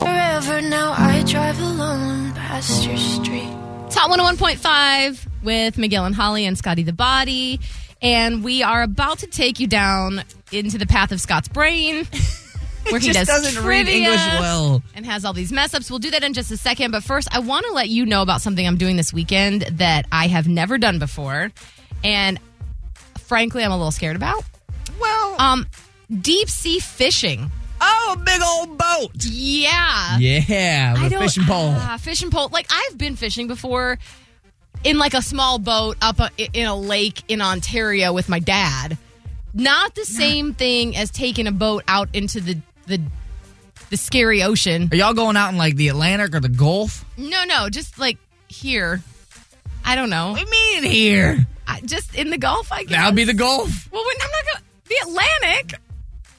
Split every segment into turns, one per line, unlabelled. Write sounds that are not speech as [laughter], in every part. Forever now I drive alone past your street.
Top 101.5 with Miguel and Holly and Scotty the Body. And we are about to take you down into the path of Scott's
[laughs]
brain. Where he
just
does
doesn't read
trivia
English well.
and has all these mess ups. We'll do that in just a second. But first, I want to let you know about something I'm doing this weekend that I have never done before. And frankly, I'm a little scared about.
Well,
Um, deep sea fishing.
oh, big old boat.
Yeah.
Yeah,
I
with a
don't-
fishing pole.
Ah, fishing pole. Like I've been fishing before in like a small boat up a, in a lake in Ontario with my dad. Not the same thing as taking a boat out into the the the scary ocean.
Are y'all going out in like the Atlantic or the Gulf?
No, no, just like here. I don't know.
We mean here.
I, just in the Gulf, I guess.
That would be the Gulf.
well, when, I'm not going to the Atlantic.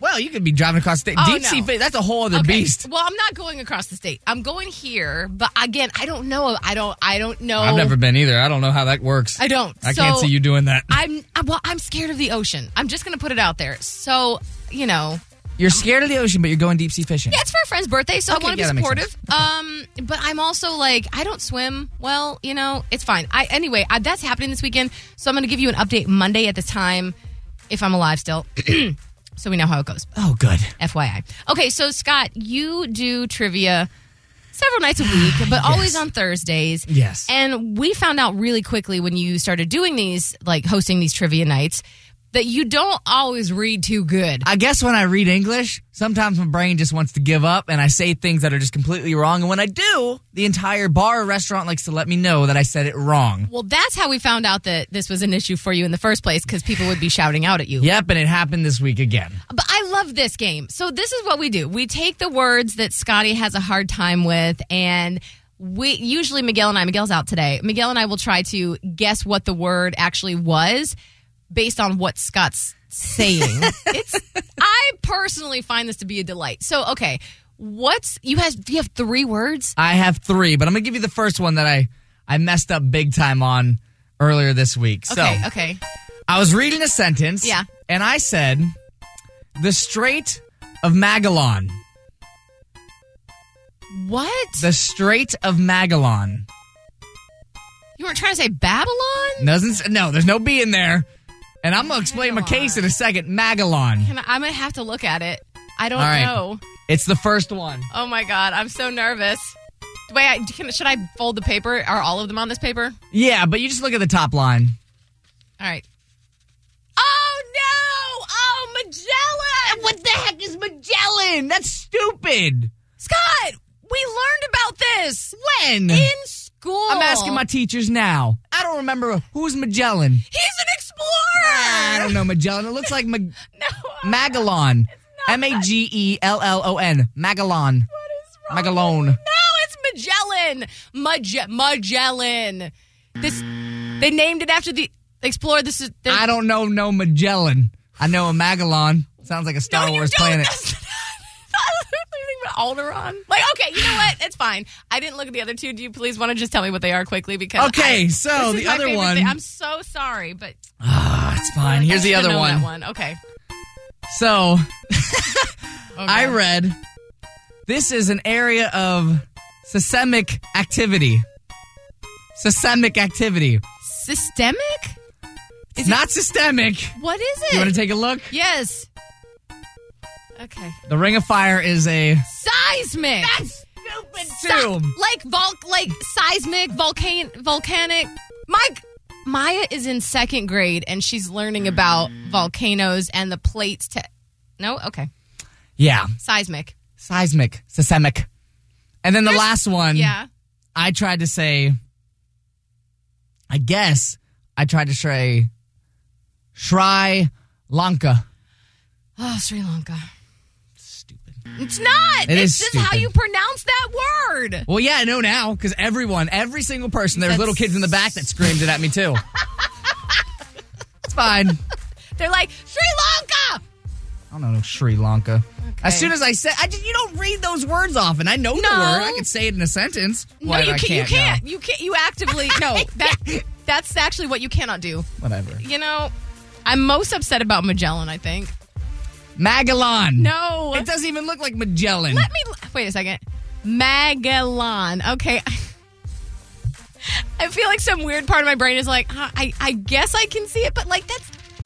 Well, you could be driving across the
Oh,
deep sea.
no.
Fish, that's a whole other
Okay.
beast.
Well, I'm not going across the state. I'm going here, but again, I don't know. I don't. I don't know.
I've never been either. I don't know how that works.
I don't.
I can't
So-
see you doing that.
I'm I- well. I'm scared of the ocean. I'm just gonna put it out there. So you know,
You're scared of the ocean, but you're going deep sea fishing.
yeah, it's for a friend's birthday, so
Okay,
I want to
yeah, that
be
makes
supportive. Um, but I'm also like, I don't swim well. You know, it's fine. I anyway, I, that's happening this weekend, so I'm gonna give you an update Monday at the time if I'm alive still. [clears throat] so we know how it goes.
Oh, good.
FYI. Okay, so Scott, you do trivia several nights a
[sighs]
week, but always on Thursdays.
Yes.
And we found out really quickly when you started doing these, like hosting these trivia nights, that you don't always read too good.
I guess when I read English, sometimes my brain just wants to give up and I say things that are just completely wrong. And when I do, the entire bar or restaurant likes to let me know that I said it wrong.
Well, that's how we found out that this was an issue for you in the first place because people would be shouting out at you.
Yep, and it happened this week again.
But I love this game. So this is what we do. We take the words that Scotty has a hard time with and we usually Miguel and I Miguel's out today. Miguel and I will try to guess what the word actually was based on what Scott's
[laughs]
saying. it's I personally find this to be a delight. So okay, what's you has you have three words?
I have three, but I'm gonna give you the first one that I I messed up big time on earlier this week. So
Okay, okay.
I was reading a sentence,
Yeah.
and I said the Strait of Magellan.
What?
The Strait of Magellan
you weren't trying to say Babylon?
doesn't. s- No, there's no B in there. And I'm gonna explain my case in a second. Magellan.
Can I, I'm going to have to look at it. I don't
All right.
know.
It's the first one.
Oh my god, I'm so nervous. Wait, I, can, should I fold the paper? Are all of them on this paper?
Yeah, but you just look at the top line.
All right. Oh no! Oh Magellan!
What the heck is Magellan? That's stupid.
Scott, we learned about this
When?
in school.
I'm asking my teachers now. I don't remember who's Magellan.
He's an explorer.
I don't know Magellan. It looks like Mag-
[laughs] No.
Magellan. M A G E L L O N. Magellan. Magellan.
No, it's Magellan. Mage- Magellan. This they named it after the explorer. This is their- [laughs]
I don't know no Magellan. I know a Magellan. Sounds like a Star
no,
Wars
you don't.
planet.
That's not- I don't know anything about Alderaan. Like, okay, you know what? It's fine. I didn't look at the other two. Do you please want to just tell me what they are quickly? Because
Okay,
I-
so
this is
Oh, the
my
other
favorite
one-
thing. I'm so sorry, but
Ah, it's fine. Here's
I
the
should've
other
known
one.
that one. Okay,
So
Oh,
I
God.
read this is an area of seismic activity. Seismic activity.
systemic.
It's not systemic.
What is it?
You want to take a look?
yes. Okay.
The Ring of Fire is a.
Seismic. That's
Stupid
like vol- like seismic, volcan- volcanic. Mike Maya is in second grade and she's learning about volcanoes and the plates. To no, okay,
Yeah.
seismic.
seismic, seismic. And then the last one,
Yeah.
I tried to say, I guess I tried to say Sri Lanka.
Oh, Sri Lanka.
Stupid.
It's not.
It
it's
is
just
stupid.
how you pronounce that word.
Well, yeah, I know now because everyone, every single person, there was
That's-
little kids in the back that screamed it at
[laughs]
me too. it's fine. I
They're like Sri Lanka.
don't know Sri Lanka. As
Okay.
soon as I said, I just, you don't read those words often. I know the word.
No.
I can say it in a sentence.
No,
What,
you
I
can't. You
no.
can't. You can't. You actively no. That that's actually what you cannot do.
Whatever.
You know, I'm most upset about Magellan. I think.
Magellan.
No.
It doesn't even look like Magellan.
Let me wait a second. Magellan. Okay. [laughs] I feel like some weird part of my brain is like, huh, I, I guess I can see it, but like that's